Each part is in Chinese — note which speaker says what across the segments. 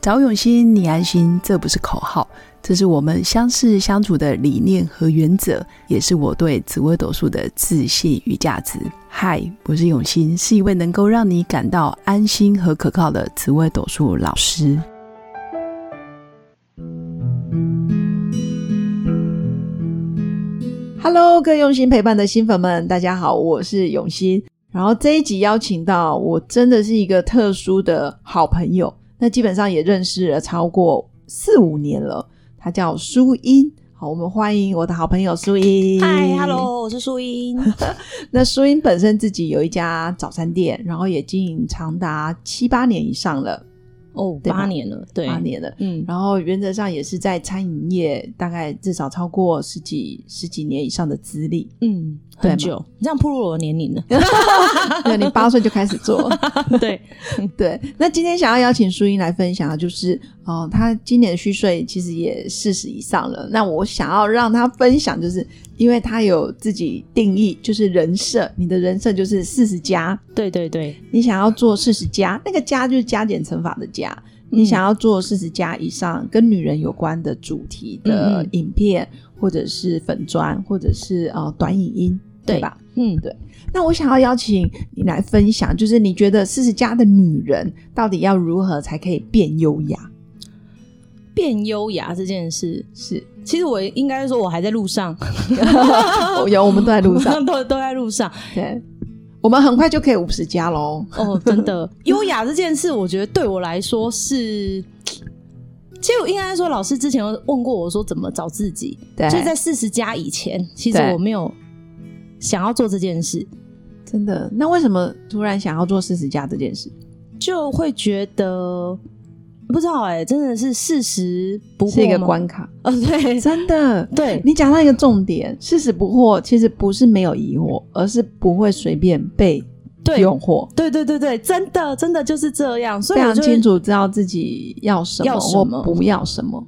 Speaker 1: 找永新，你安心，这不是口号，这是我们相识相处的理念和原则，也是我对紫微斗数的自信与价值。嗨，我是永新，是一位能够让你感到安心和可靠的紫微斗数老师。
Speaker 2: Hello，各位用心陪伴的新粉们，大家好，我是永新。然后这一集邀请到我真的是一个特殊的好朋友，那基本上也认识了超过四五年了。他叫苏英，好，我们欢迎我的好朋友苏英。
Speaker 3: 嗨，Hello，我是苏英。
Speaker 2: 那苏英本身自己有一家早餐店，然后也经营长达七八年以上了，
Speaker 3: 哦，
Speaker 2: 对吧
Speaker 3: 八年了，对，
Speaker 2: 八，年了。
Speaker 3: 嗯，
Speaker 2: 然后原则上也是在餐饮业，大概至少超过十几十几年以上的资 历。
Speaker 3: 嗯，
Speaker 2: 对嘛
Speaker 3: 很久，你这样暴露了我的 年龄了。
Speaker 2: 对，你八岁就开始做，
Speaker 3: 对，
Speaker 2: 对，那今天想要邀请淑英来分享的就是，哦、她今年的虚岁其实也四十以上了。那我想要让她分享，就是因为她有自己定义，就是人设，你的人设就是四十加，
Speaker 3: 对对对，
Speaker 2: 你想要做四十加，那个加就是加减乘法的加。你想要做四十加以上跟女人有关的主题的
Speaker 3: 嗯嗯
Speaker 2: 影片，或者是粉砖，或者是呃短影音，对
Speaker 3: 对
Speaker 2: 吧？
Speaker 3: 嗯，
Speaker 2: 对那我想要邀请你来分享，就是你觉得四十加的女人到底要如何才可以变优雅？
Speaker 3: 变优雅这件事，
Speaker 2: 是，
Speaker 3: 其实我应该说，我还在路上，
Speaker 2: 哦有我们都在路上，
Speaker 3: 都都在路上。
Speaker 2: 对，我们很快就可以五十加喽。
Speaker 3: 哦，真 的，优雅这件事，我觉得对我来说是。其实我应该说，老师之前有问过我说怎么找自己，
Speaker 2: 对，
Speaker 3: 就是在四十加以前，其实
Speaker 2: 对
Speaker 3: 我没有想要做这件事。
Speaker 2: 真的。那为什么突然想要做四十加这件事？
Speaker 3: 就会觉得不知道哎、真的是事实不惑
Speaker 2: 是一个
Speaker 3: 吗
Speaker 2: 关卡，
Speaker 3: 哦， 对
Speaker 2: 真的。
Speaker 3: 对
Speaker 2: 你讲到一个重点，事实不惑其实不是没有疑惑，而是不会随便被
Speaker 3: 对
Speaker 2: 诱惑，
Speaker 3: 对对对对，真的真的就是这样，所
Speaker 2: 非
Speaker 3: 以我
Speaker 2: 常
Speaker 3: 就会
Speaker 2: 清。楚知道自己要什么
Speaker 3: 要什么
Speaker 2: 或不要什么。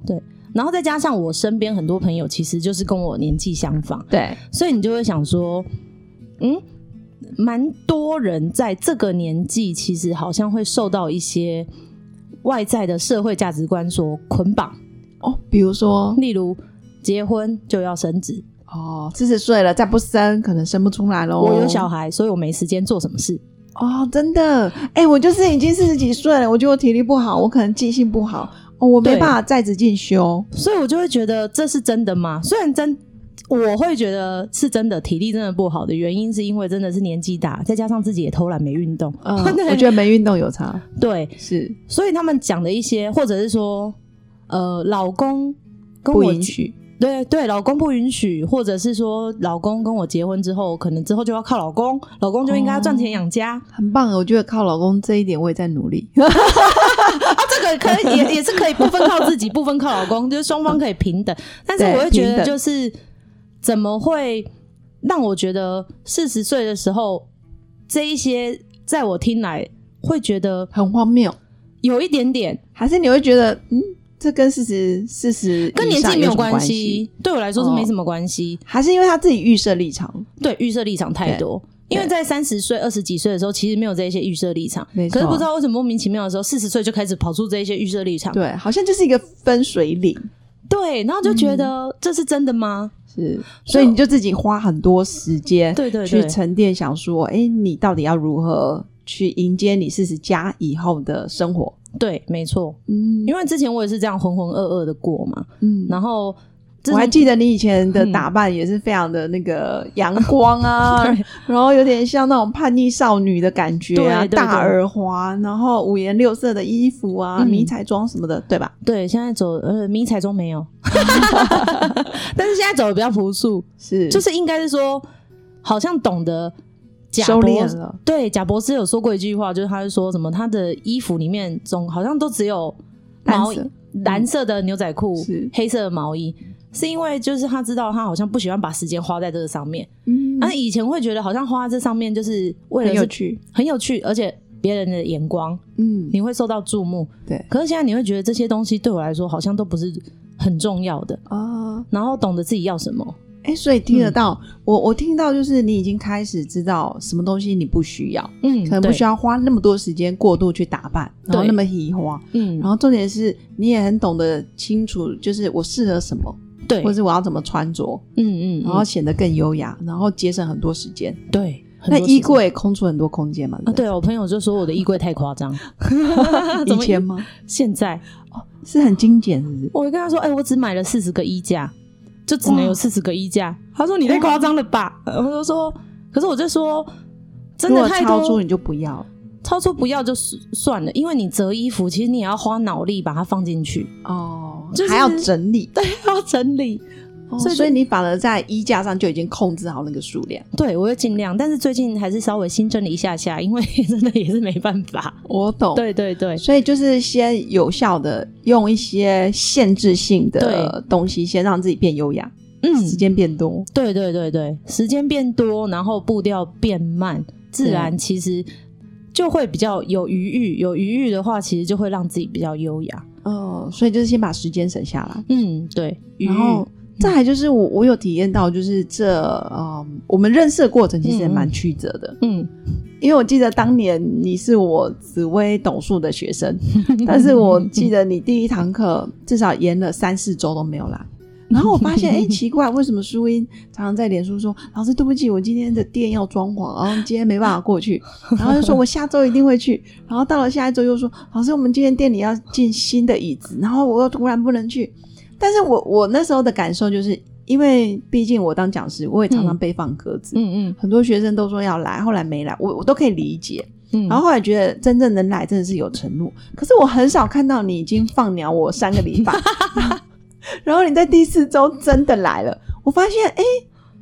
Speaker 3: 然后再加上我身边很多朋友其实就是跟我年纪相仿，
Speaker 2: 对，
Speaker 3: 所以你就会想说，嗯，蛮多人在这个年纪其实好像会受到一些外在的社会价值观所捆绑，
Speaker 2: 哦，比如说
Speaker 3: 例如结婚就要生子，
Speaker 2: 哦，四十岁了再不生，可能生不出来喽。
Speaker 3: 我有小孩，所以我没时间做什么事。
Speaker 2: 哦，真的，哎、我就是已经四十几岁了，我觉得我体力不好，我可能记性不好，哦，我没
Speaker 3: 对
Speaker 2: 办法在职进修。
Speaker 3: 所以我就会觉得这是真的吗？虽然真，我会觉得是真的，体力真的不好的原因是因为真的是年纪大，再加上自己也偷懒没运动，
Speaker 2: 嗯
Speaker 3: 对，
Speaker 2: 我觉得没运动有差，
Speaker 3: 对，
Speaker 2: 是
Speaker 3: 所以他们讲的一些，或者是说，呃，老公跟
Speaker 2: 不
Speaker 3: 我
Speaker 2: 允，许。
Speaker 3: 对对，老公不允许，或者是说，老公跟我结婚之后，可能之后就要靠老公，老公就应该要赚钱养家，
Speaker 2: 很棒，我觉得靠老公这一点我也在努力。
Speaker 3: 这个可以也也是可以部分靠自己，部分靠老公，就是双方可以平等。但是
Speaker 2: 对
Speaker 3: 我会觉
Speaker 2: 平
Speaker 3: 得，
Speaker 2: 等
Speaker 3: 就是怎么会让我觉得四十岁的时候，这一些在我听来会觉得
Speaker 2: 很荒谬，
Speaker 3: 有一点点
Speaker 2: 还是你会觉得，嗯，这跟四十四十
Speaker 3: 跟年纪
Speaker 2: 有
Speaker 3: 没有
Speaker 2: 什么
Speaker 3: 关
Speaker 2: 关
Speaker 3: 系，，对我来说是
Speaker 2: 哦
Speaker 3: 没什么关系。
Speaker 2: 还是因为他自己预设立场，
Speaker 3: 对预设立场太多。因为
Speaker 2: 对
Speaker 3: 在三十岁、二十几岁的时候，其实没有这些预设立场
Speaker 2: 没，错
Speaker 3: 可是不知道为什么莫名其妙的时候，四十岁就开始跑出这些预设立场。
Speaker 2: 对，好像就是一个分水岭，
Speaker 3: 对，然后就觉
Speaker 2: 嗯
Speaker 3: 得这是真的吗？
Speaker 2: 是，所以你就自己花很多时间，
Speaker 3: 对对
Speaker 2: 去
Speaker 3: 对，
Speaker 2: 沉淀，想说，哎、你到底要如何去迎接你四十加以后的生活？
Speaker 3: 对，没错。
Speaker 2: 嗯
Speaker 3: 因为之前我也是这样浑浑噩噩的过嘛，
Speaker 2: 嗯
Speaker 3: 然后这
Speaker 2: 我还记得你以前的
Speaker 3: 嗯，
Speaker 2: 打扮也是非常的那个阳光啊
Speaker 3: 对
Speaker 2: 然后有点像那种叛逆少女的感觉啊，
Speaker 3: 对对
Speaker 2: 大
Speaker 3: 对
Speaker 2: 耳环，然后五颜六色的衣服啊，
Speaker 3: 嗯
Speaker 2: 迷彩妆什么的，对吧？
Speaker 3: 对现在走呃迷彩 中没有，但是现在走的比较朴素，
Speaker 2: 是，
Speaker 3: 就是应该是说好像懂得贾
Speaker 2: 收
Speaker 3: 博
Speaker 2: 敛了。
Speaker 3: 对贾博士有说过一句话，就是他是说什么他的衣服里面总好像都只有毛
Speaker 2: 单色嗯
Speaker 3: 蓝色的牛仔裤、
Speaker 2: 是
Speaker 3: 黑色的毛衣。是因为就是他知道他好像不喜欢把时间花在这个上面，
Speaker 2: 嗯
Speaker 3: 但是以前会觉得好像花在这上面就是啊为了
Speaker 2: 很
Speaker 3: 是
Speaker 2: 有趣，
Speaker 3: 很有趣，而且别人的眼光，
Speaker 2: 嗯，
Speaker 3: 你会受到注目。
Speaker 2: 对
Speaker 3: 可是现在你会觉得这些东西对我来说好像都不是很重要的，
Speaker 2: 啊，
Speaker 3: 然后懂得自己要什么，
Speaker 2: 哎，所以听
Speaker 3: 嗯
Speaker 2: 得到、我，我听到就是你已经开始知道什么东西你不需要，
Speaker 3: 嗯，
Speaker 2: 可能不
Speaker 3: 对
Speaker 2: 需，要花那么多时间过度去打扮，然后
Speaker 3: 对
Speaker 2: 那么移花，
Speaker 3: 嗯，
Speaker 2: 然后重点是你也很懂得清楚，就是我适合什么，
Speaker 3: 对，
Speaker 2: 或是我要怎么穿着，
Speaker 3: 嗯嗯，
Speaker 2: 然后
Speaker 3: 嗯
Speaker 2: 显得更优雅，然后节省很多时间。
Speaker 3: 对，很
Speaker 2: 那
Speaker 3: 多
Speaker 2: 衣
Speaker 3: 时间
Speaker 2: 柜空出很多空间嘛？
Speaker 3: 啊，
Speaker 2: 不对，
Speaker 3: 对我朋友就说我的衣柜太夸张，啊 怎 么
Speaker 2: 以前吗？
Speaker 3: 现在
Speaker 2: 是很精简，是不是？
Speaker 3: 我就跟他说，哎、我只买了四十个衣架，就只能有
Speaker 2: 哇
Speaker 3: 四十个衣架。他说你太夸张了吧？我就说，可是我就说，真的
Speaker 2: 如果
Speaker 3: 太
Speaker 2: 超出
Speaker 3: 多
Speaker 2: 你，就不要了
Speaker 3: 超出不要就算了，因为你折衣服，其实你也要花脑力把它放进去，
Speaker 2: 哦
Speaker 3: 就是
Speaker 2: 还要整 理，
Speaker 3: 对，还要整理。
Speaker 2: 哦
Speaker 3: 所以就
Speaker 2: 所以你反而在衣架上就已经控制好那个数量。
Speaker 3: 对我会尽量，但是最近还是稍微新整理一下下，因为 真的也是没办法。
Speaker 2: 我懂，
Speaker 3: 对对对，
Speaker 2: 所以就是先有效的用一些限制性的东西，先让自己变优雅，
Speaker 3: 嗯，
Speaker 2: 时间变多。
Speaker 3: 对对对对，时间变多，然后步调变慢，自然其实就会比较有余裕。有余裕的话，其实就会让自己比较优雅。
Speaker 2: 哦，所以就是先把时间省下来，
Speaker 3: 嗯，对，余
Speaker 2: 然后
Speaker 3: 裕。
Speaker 2: 再来就是我我有体验到，就是这嗯，我们认识的过程其实也蛮曲折的，
Speaker 3: 嗯，
Speaker 2: 因为我记得当年你是我紫薇斗数的学生， 但是我记得你第一堂课至少延了三四周都没有来。然后我发现，哎、奇怪，为什么淑英常常在脸书说：“老师，对不起，我今天的店要装潢，然后今天没办法过去。”然后就说：“我下周一定会去。” 然后到了下一周又说：“老师，我们今天店里要进新的椅子。”然后我又突然不能去。但是我我那时候的感受就是，因为毕竟我当讲师，我也常常被放鸽子，
Speaker 3: 嗯嗯
Speaker 2: 很多学生都说要来，后来没来，我我都可以理解。
Speaker 3: 嗯，
Speaker 2: 然后后来觉得真正能来真的是有承诺，可是我很少看到你已经放鸟我三个 礼拜，然后你在第四周真的来了，我发现哎，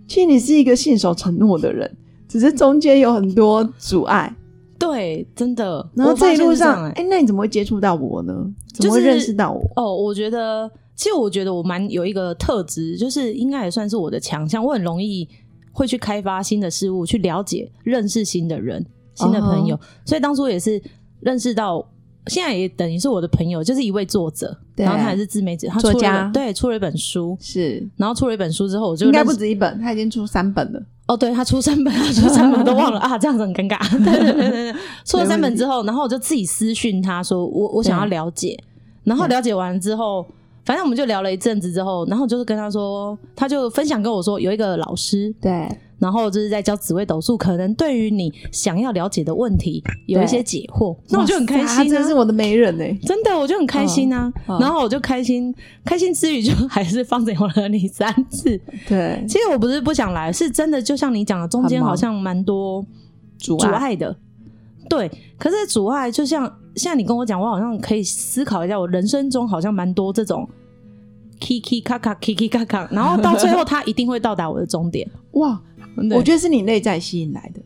Speaker 2: 其实你是一个信守承诺的人，只是中间有很多阻碍。
Speaker 3: 对，真的。
Speaker 2: 然后
Speaker 3: 我发
Speaker 2: 这一
Speaker 3: 现
Speaker 2: 路
Speaker 3: 是这样
Speaker 2: 上，
Speaker 3: 欸
Speaker 2: 哎，那你怎么会接触到我呢？怎么
Speaker 3: 就
Speaker 2: 会
Speaker 3: 是
Speaker 2: 认识到我？
Speaker 3: 哦，我觉得，其实我觉得我蛮有一个特质，就是应该也算是我的强项，我很容易会去开发新的事物，去了解、认识新的人、新
Speaker 2: 哦
Speaker 3: 的朋友。所以当初也是认识到，现在也等于是我的朋友，就是一位作者，
Speaker 2: 对
Speaker 3: 然后他也是自媒体，他出
Speaker 2: 作
Speaker 3: 了一
Speaker 2: 家
Speaker 3: 本对出了一本书。
Speaker 2: 是
Speaker 3: 然后出了一本书之后，我就
Speaker 2: 应该
Speaker 3: 认
Speaker 2: 不
Speaker 3: 识
Speaker 2: 止一本，他已经出三本了。
Speaker 3: 哦，对他出三本，他出三本我都 忘了啊，这样子很尴尬。对对对对对， 出了三本之后，然后我就自己私讯他说，我我想要了解，然后了解完之后，反正我们就聊了一阵子之后，然后就是跟他说，他就分享跟我说有一个老师，
Speaker 2: 对，
Speaker 3: 然后就是在教紫微斗数，可能对于你想要了解的问题有一些解惑，那我就很开
Speaker 2: 哇塞他
Speaker 3: 心、
Speaker 2: 真是
Speaker 3: 啊。
Speaker 2: 我的媒人哎。
Speaker 3: 真的，我就很开心啊！
Speaker 2: 嗯嗯
Speaker 3: 然后我就开心，开心之余就还是放着有了 你三次，
Speaker 2: 对，
Speaker 3: 其实我不是不想来，是真的，就像你讲的，中间
Speaker 2: 很忙
Speaker 3: 好像蛮多
Speaker 2: 阻
Speaker 3: 阻碍的。对，可是阻碍就像现在你跟我讲，我好像可以思考一下，我人生中好像蛮多这种 kiki 咔咔 kiki 咔咔，然后到最后它一定会到达我的 终点。
Speaker 2: 哇，我觉得是你内在吸引来的。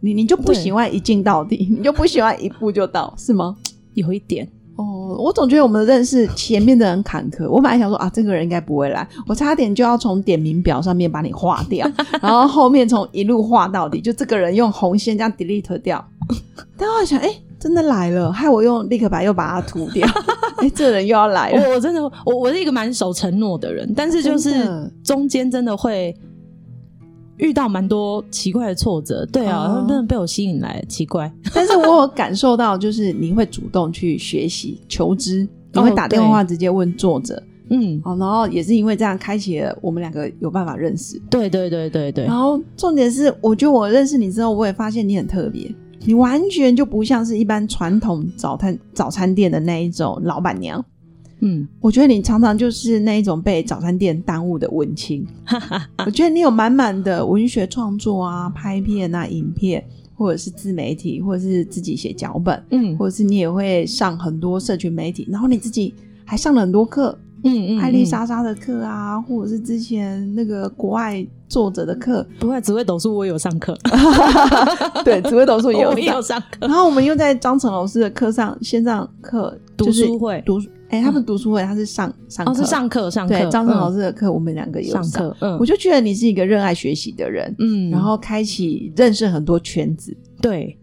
Speaker 2: 你你就不
Speaker 3: 对
Speaker 2: 喜欢一进到底，你就不喜欢一步就到， 是吗？
Speaker 3: 有一点，
Speaker 2: 哦，我总觉得我们的认识前面的很坎坷。我本来想说啊，这个人应该不会来，我差点就要从点名表上面把你划 掉，然后后面从一路划到底，就这个人用红线这样 delete 掉。但我想，哎、真的来了，害我用立可白又把它涂 掉。哎、这人又要来了，
Speaker 3: 我我真的我我是一个蛮守承诺的人，但是就是
Speaker 2: 真的
Speaker 3: 中间真的会。遇到蛮多奇怪的挫折，对啊，
Speaker 2: 哦
Speaker 3: 真的被我吸引来，奇怪，
Speaker 2: 但是我有感受到，就是你会主动去学习、求知，你会
Speaker 3: 哦
Speaker 2: 打电话直接问作者，
Speaker 3: 嗯，
Speaker 2: 哦，然后也是因为这样开启了我们两个有办法认识。
Speaker 3: 对对对对对
Speaker 2: 然，后重点是，我觉得我认识你之后，我也发现你很特别，你完全就不像是一般传统早餐早餐店的那一种老板娘。
Speaker 3: 嗯，
Speaker 2: 我觉得你常常就是那一种被早餐店耽误的文青。我觉得你有满满的文学创作啊，拍片啊，影片，或者是自媒体，或者是自己写脚本，
Speaker 3: 嗯
Speaker 2: 或者是你也会上很多社群媒体，然后你自己还上了很多课，
Speaker 3: 嗯嗯，
Speaker 2: 艾丽
Speaker 3: 嗯，
Speaker 2: 莎莎的课啊，或者是之前那个国外作者的课，
Speaker 3: 不会，只会抖数我有上课，
Speaker 2: 对，紫薇斗数也有
Speaker 3: 我也有哦
Speaker 2: 上。
Speaker 3: 上课
Speaker 2: 然，后我们又在张晨老师的课上线上课
Speaker 3: 读
Speaker 2: 就是
Speaker 3: 书会
Speaker 2: 读书，哎、他们读书会他是上上课、
Speaker 3: 哦是上课上课，
Speaker 2: 对张晨老
Speaker 3: 师
Speaker 2: 师的课，我们两个也有
Speaker 3: 上课，嗯
Speaker 2: 我，就觉得你是一个热爱学习的人，
Speaker 3: 嗯，
Speaker 2: 然后开启认识很多圈子。
Speaker 3: 对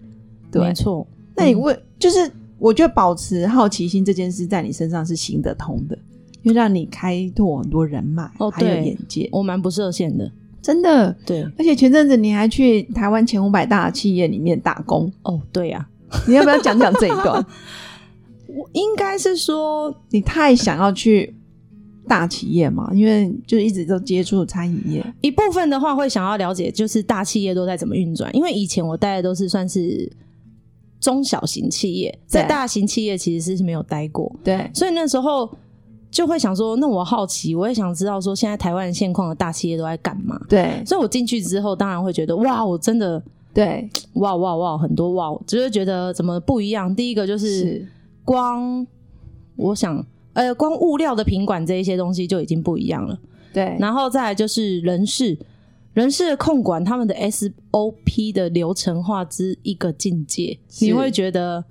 Speaker 2: 对
Speaker 3: 没错，嗯
Speaker 2: 那你为、就是我觉得保持好奇心这件事，在你身上是行得通的，又让你开拓很多人脉，
Speaker 3: 哦
Speaker 2: 还有
Speaker 3: 对
Speaker 2: 眼界，
Speaker 3: 我蛮不设限的。
Speaker 2: 真的。
Speaker 3: 对，
Speaker 2: 而且前阵子你还去台湾前五百大企业里面打 工，
Speaker 3: 哦，对呀、
Speaker 2: 你要不要讲讲这一段？
Speaker 3: 我应该是说，
Speaker 2: 你太想要去大企业嘛，因为就一直都接触餐饮业，
Speaker 3: 一部分的话会想要了解，就是大企业都在怎么运转，因为以前我待的都是算是中小型企业，在
Speaker 2: 对
Speaker 3: 大型企业其实是没有待过，
Speaker 2: 对，
Speaker 3: 所以那时候就会想说，那我好奇，我也想知道说现在台湾现况的大企业都在干嘛。
Speaker 2: 对，
Speaker 3: 所以我进去之后，当然会觉得哇，我真的
Speaker 2: 对，
Speaker 3: 哇哇哇，很多哇，只是觉得怎么不一样。第一个就是
Speaker 2: 是，
Speaker 3: 光，我想。呃，光物料的品管这一些东西就已经不一样了，
Speaker 2: 对，
Speaker 3: 然后再来就是人事，人事的控管他们的 SOP 的流程化之一个境界，
Speaker 2: 是
Speaker 3: 你会觉得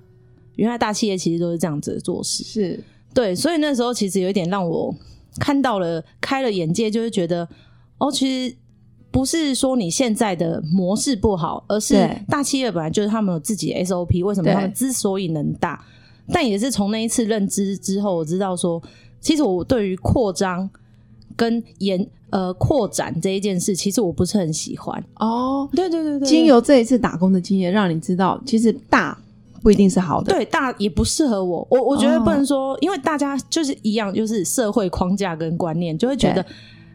Speaker 3: 原来大企业其实都是这样子做事。
Speaker 2: 是，
Speaker 3: 对，所以那时候其实有一点让我看到了开了眼界，就是觉得哦，其实不是说你现在的模式不好，而是
Speaker 2: 对
Speaker 3: 大企业本来就是他们有自己的 SOP，为什么
Speaker 2: 对
Speaker 3: 他们之所以能大？但也是从那一次认知之后，我知道说，其实我对于扩张跟延呃扩展这一件事，其实我不是很喜欢。
Speaker 2: 哦，
Speaker 3: 对对对对
Speaker 2: 经由这一次打工的经验，让你知道其实大不一定是好的，
Speaker 3: 对大也不适合我，我我觉得
Speaker 2: 哦
Speaker 3: 不能说，因为大家就是一样，就是社会框架跟观念，就会觉得
Speaker 2: 对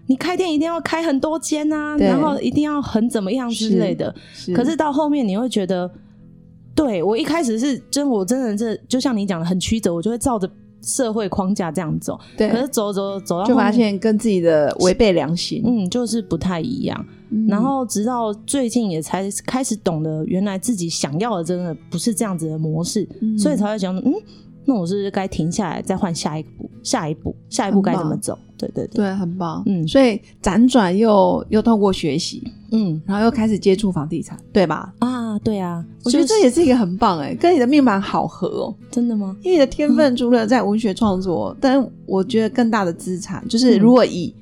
Speaker 3: 你开店一定要开很多间啊，
Speaker 2: 对
Speaker 3: 然后一定要很怎么样之类的。
Speaker 2: 是
Speaker 3: 可是到后面你会觉得，对我一开始是真，我真的是就像你讲的很曲折，我就会照着社会框架这样走，
Speaker 2: 对
Speaker 3: 可，是走走走到
Speaker 2: 就
Speaker 3: 后
Speaker 2: 发
Speaker 3: 面
Speaker 2: 现跟自己的违背良心，
Speaker 3: 嗯，就是不太一样。
Speaker 2: 嗯
Speaker 3: 然后直到最近也才开始懂得，原来自己想要的真的不是这样子的模式，
Speaker 2: 嗯
Speaker 3: 所以才会想，嗯，那我是不是该停下来，再换下一步，下一步，下一步该怎么走？对对对，
Speaker 2: 对，很棒，
Speaker 3: 嗯
Speaker 2: 所以辗转又又透过学习，
Speaker 3: 嗯
Speaker 2: 然后又开始接触房地产，对吧？
Speaker 3: 啊，对啊，
Speaker 2: 我觉得这
Speaker 3: 就是嗯
Speaker 2: 也是一个很棒哎、跟你的命盘好合哦。
Speaker 3: 真的吗？
Speaker 2: 因为你的天
Speaker 3: 嗯
Speaker 2: 分除了在文学创作，但我觉得更大的资产就是，
Speaker 3: 嗯
Speaker 2: 如果以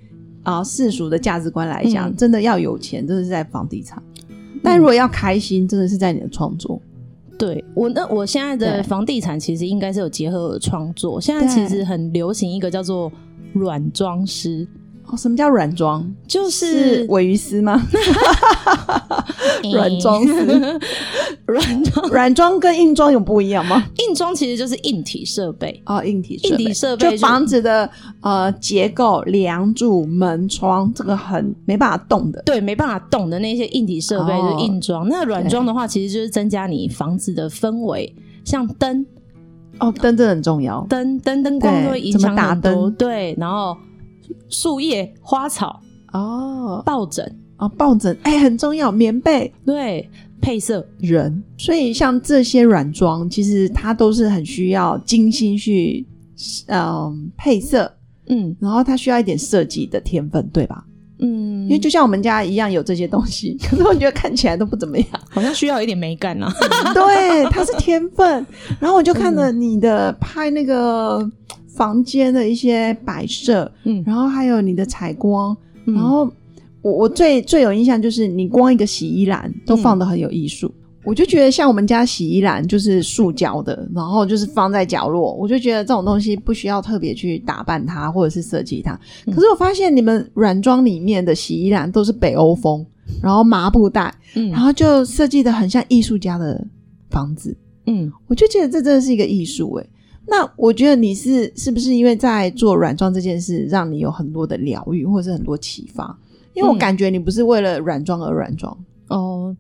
Speaker 2: 啊、世俗的价值观来讲，
Speaker 3: 嗯
Speaker 2: 真的要有钱，真的是在房地产；但如果要开心，真的是在你的创作。
Speaker 3: 对我那我现在
Speaker 2: 对
Speaker 3: 的房地产其实应该是有结合创作，现在
Speaker 2: 对
Speaker 3: 其实很流行一个叫做软装师，
Speaker 2: 哦，什么叫软装？
Speaker 3: 就是 嗯
Speaker 2: 尾鱼丝吗？软装师，
Speaker 3: 软装
Speaker 2: 软装跟硬装有不一样吗？
Speaker 3: 硬装其实就是硬体设备。
Speaker 2: 哦，硬体
Speaker 3: 硬体设备
Speaker 2: 就
Speaker 3: 就
Speaker 2: 房子的呃结构、梁柱、门窗，这个很没办法动的。
Speaker 3: 对，没办法动的那些硬体设备
Speaker 2: 哦
Speaker 3: 就是硬装，那软装的话，其实就是增加你房子的氛围，像灯、嗯
Speaker 2: 哦，灯真的很重要。
Speaker 3: 灯、灯、灯光
Speaker 2: 对
Speaker 3: 都会影
Speaker 2: 怎么
Speaker 3: 响
Speaker 2: 打
Speaker 3: 很多。
Speaker 2: 灯
Speaker 3: 对，然后树叶、花草、
Speaker 2: 哦
Speaker 3: 抱枕，
Speaker 2: 哦，抱枕哎、很重要，棉被。
Speaker 3: 对，配色，
Speaker 2: 人，所以像这些软装，其实它都是很需要精心去嗯配色，
Speaker 3: 嗯
Speaker 2: 然后它需要一点设计的天分，对吧？
Speaker 3: 嗯，
Speaker 2: 因为就像我们家一样有这些东西， 可是我觉得看起来都不怎么样。
Speaker 3: 好像需要一点美感啊。
Speaker 2: 对，它是天分。然后我就看了你的拍那个房间的一些摆设，
Speaker 3: 嗯，
Speaker 2: 然后还有你的采光，
Speaker 3: 嗯
Speaker 2: 然后我我最最有印象就是你光一个洗衣篮都放的很有艺术，我就觉得像我们家洗衣篮就是塑胶的，然后就是放在角落，我就觉得这种东西不需要特别去打扮它或者是设计它。
Speaker 3: 嗯
Speaker 2: 可是我发现你们软装里面的洗衣篮都是北欧风，然后麻布袋，
Speaker 3: 嗯
Speaker 2: 然后就设计的很像艺术家的房子。
Speaker 3: 嗯，
Speaker 2: 我就觉得这真的是一个艺术诶。那我觉得你是是不是因为在做软装这件事，让你有很多的疗愈，或者是很多启发？因为我
Speaker 3: 嗯
Speaker 2: 感觉你不是为了软装而软装，
Speaker 3: 哦，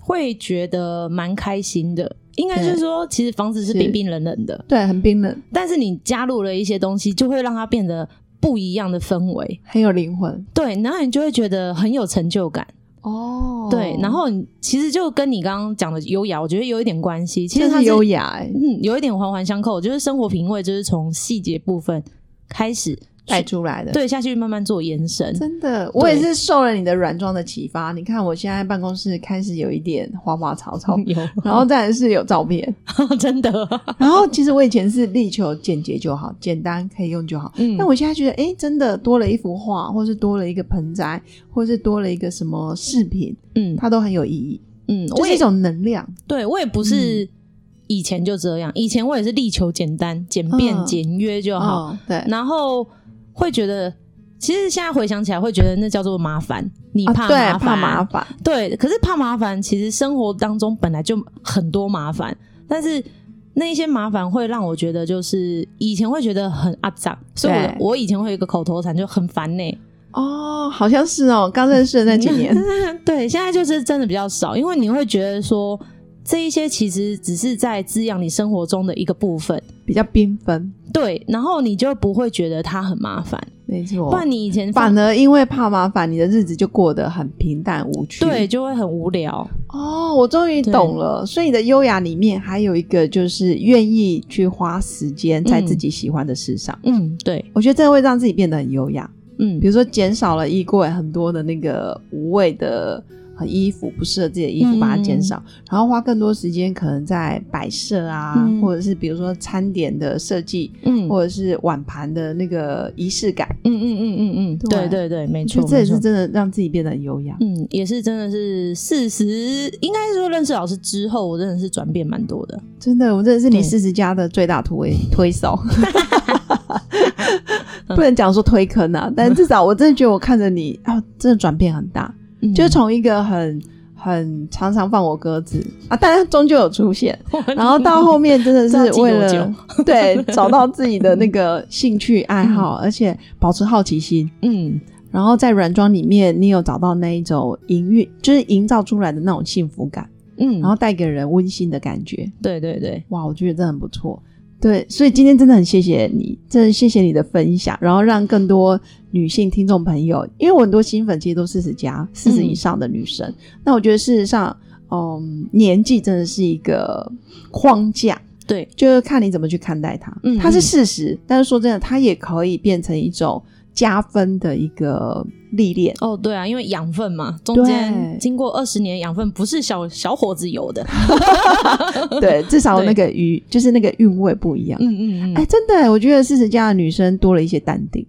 Speaker 3: 会觉得蛮开心的。应该就是
Speaker 2: 对
Speaker 3: 说，其实房子是
Speaker 2: 是
Speaker 3: 冰冰冷冷的，
Speaker 2: 对，很冰冷，
Speaker 3: 但是你加入了一些东西，就会让它变得不一样的氛围。
Speaker 2: 很有灵魂
Speaker 3: 对，然后你就会觉得很有成就感。
Speaker 2: 哦
Speaker 3: 对，然后你其实就跟你刚刚讲的优雅，我觉得有一点关系。其实
Speaker 2: 这
Speaker 3: 它
Speaker 2: 是
Speaker 3: 是
Speaker 2: 优，雅欸诶，
Speaker 3: 嗯，有一点环环相扣。就是生活品味，就是从细节部分开始
Speaker 2: 带出来的。
Speaker 3: 对下去慢慢做延伸。
Speaker 2: 真的，我也是受了你的软装的启发。你看，我现在办公室开始有一点花花草草
Speaker 3: ，有，
Speaker 2: 然后再来是有照 片。
Speaker 3: 真的，
Speaker 2: 然后其实我以前是力求简洁就好，简单可以用就好。
Speaker 3: 嗯
Speaker 2: 但我现在觉得，哎，真的多了一幅画，或是多了一个盆栽，或是多了一个什么饰品，
Speaker 3: 嗯
Speaker 2: 它都很有意义，
Speaker 3: 嗯，
Speaker 2: 就
Speaker 3: 我
Speaker 2: 是
Speaker 3: 也
Speaker 2: 一种嗯能量。
Speaker 3: 对我也不是以前就这样，以前我也是力求简单、简便、
Speaker 2: 嗯
Speaker 3: 简约就好。
Speaker 2: 哦，对，
Speaker 3: 然后会觉得，其实现在回想起来会觉得那叫做麻烦，你怕
Speaker 2: 啊、对怕
Speaker 3: 麻烦，
Speaker 2: 麻烦，
Speaker 3: 对，可是怕麻烦，其实生活当中本来就很多麻烦，但是那一些麻烦会让我觉得，就是以前会觉得很阿杂，所以我
Speaker 2: 对
Speaker 3: 我以前会有一个口头禅，就很烦呢、
Speaker 2: 哦，好像是哦，刚认识的那几年，
Speaker 3: 对，现在就是真的比较少，因为你会觉得说这一些其实只是在滋养你生活中的一个部分，
Speaker 2: 比较缤纷，
Speaker 3: 对，然后你就不会觉得它很麻烦。
Speaker 2: 没错
Speaker 3: 不。然你以前放
Speaker 2: 反而因为怕麻烦，你的日子就过得很平淡无趣。
Speaker 3: 对，就会很无聊。
Speaker 2: 哦，我终于懂了。所以你的优雅里面还有一个就是愿意去花时间在自己喜欢的事上。
Speaker 3: 嗯，对，
Speaker 2: 我觉得这会让自己变得很优雅，
Speaker 3: 嗯
Speaker 2: 比，如说减少了衣柜很多的那个无谓的呃衣服，不适合自己的衣服，
Speaker 3: 嗯
Speaker 2: 把它减少，然后花更多时间可能在摆设啊，
Speaker 3: 嗯
Speaker 2: 或者是比如说餐点的设计，
Speaker 3: 嗯，
Speaker 2: 或者是碗盘的那个仪式感。
Speaker 3: 嗯嗯嗯嗯嗯，
Speaker 2: 对
Speaker 3: 对对对，没
Speaker 2: 我觉
Speaker 3: 错
Speaker 2: 得，这也
Speaker 3: 没错
Speaker 2: 是真的让自己变得很优雅。
Speaker 3: 嗯，也是真的是四十，应该说认识老师之后，我真的是转变蛮多的。
Speaker 2: 真的，我真的是你
Speaker 3: 对
Speaker 2: 四十加的最大推推 手，
Speaker 3: 嗯
Speaker 2: 不能讲说推坑啊，但至少我真的觉得我看着你啊，真的转变很大，
Speaker 3: 嗯
Speaker 2: 就是 从一个很很常常放我鸽子啊，但是终究有出现，然后到后面真的
Speaker 3: 不知道
Speaker 2: 是
Speaker 3: 记
Speaker 2: 为
Speaker 3: 多
Speaker 2: 了 对找到自己的那个兴趣爱好，而且保持好奇心，
Speaker 3: 嗯，
Speaker 2: 然后在软装里面，你有找到那一种营运，就是营造出来的那种幸福感，
Speaker 3: 嗯，
Speaker 2: 然后带给人温馨的感觉。
Speaker 3: 对对对，
Speaker 2: 哇，我觉得真的很不错。对，所以今天真的很谢谢你，真的谢谢你的分享，然后让更多女性听众朋友，因为我很多新粉其实都四十加、四
Speaker 3: 嗯
Speaker 2: 十以上的女生，那我觉得事实上，嗯，年纪真的是一个框架，
Speaker 3: 对，
Speaker 2: 就是看你怎么去看待它。
Speaker 3: 嗯
Speaker 2: 它是事实，但是说真的，它也可以变成一种加分的一个历 练。
Speaker 3: 哦对啊，因为养分嘛，中
Speaker 2: 对
Speaker 3: 间经过二十年养分不是小小伙子有 的。
Speaker 2: 对，至少
Speaker 3: 对
Speaker 2: 那个鱼就是那个韵味不一样。
Speaker 3: 嗯嗯
Speaker 2: 哎，
Speaker 3: 嗯，
Speaker 2: 真的，我觉得四十加的女生多了一些淡定。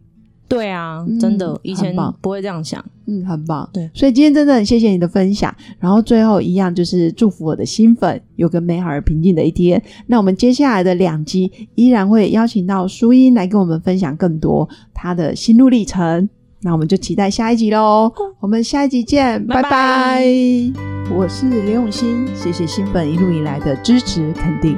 Speaker 3: 对啊
Speaker 2: 嗯，
Speaker 3: 真的，以
Speaker 2: 很
Speaker 3: 前
Speaker 2: 棒
Speaker 3: 不会这样想。
Speaker 2: 嗯，很棒。
Speaker 3: 对
Speaker 2: 所以今天真的很谢谢你的分享。然后最后一样就是祝福我的新粉有个美好而平静的一天。那我们接下来的两集依然会邀请到舒英来跟我们分享更多她的心路历程。那我们就期待下一集喽。我们下一集见，哦拜
Speaker 3: 拜
Speaker 2: 拜。
Speaker 3: 拜
Speaker 2: 我是刘永新，谢谢新粉一路以来的支持肯定。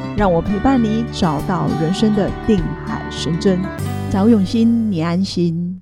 Speaker 2: 让我陪伴你找到人生的定海神针。找永新，你安心。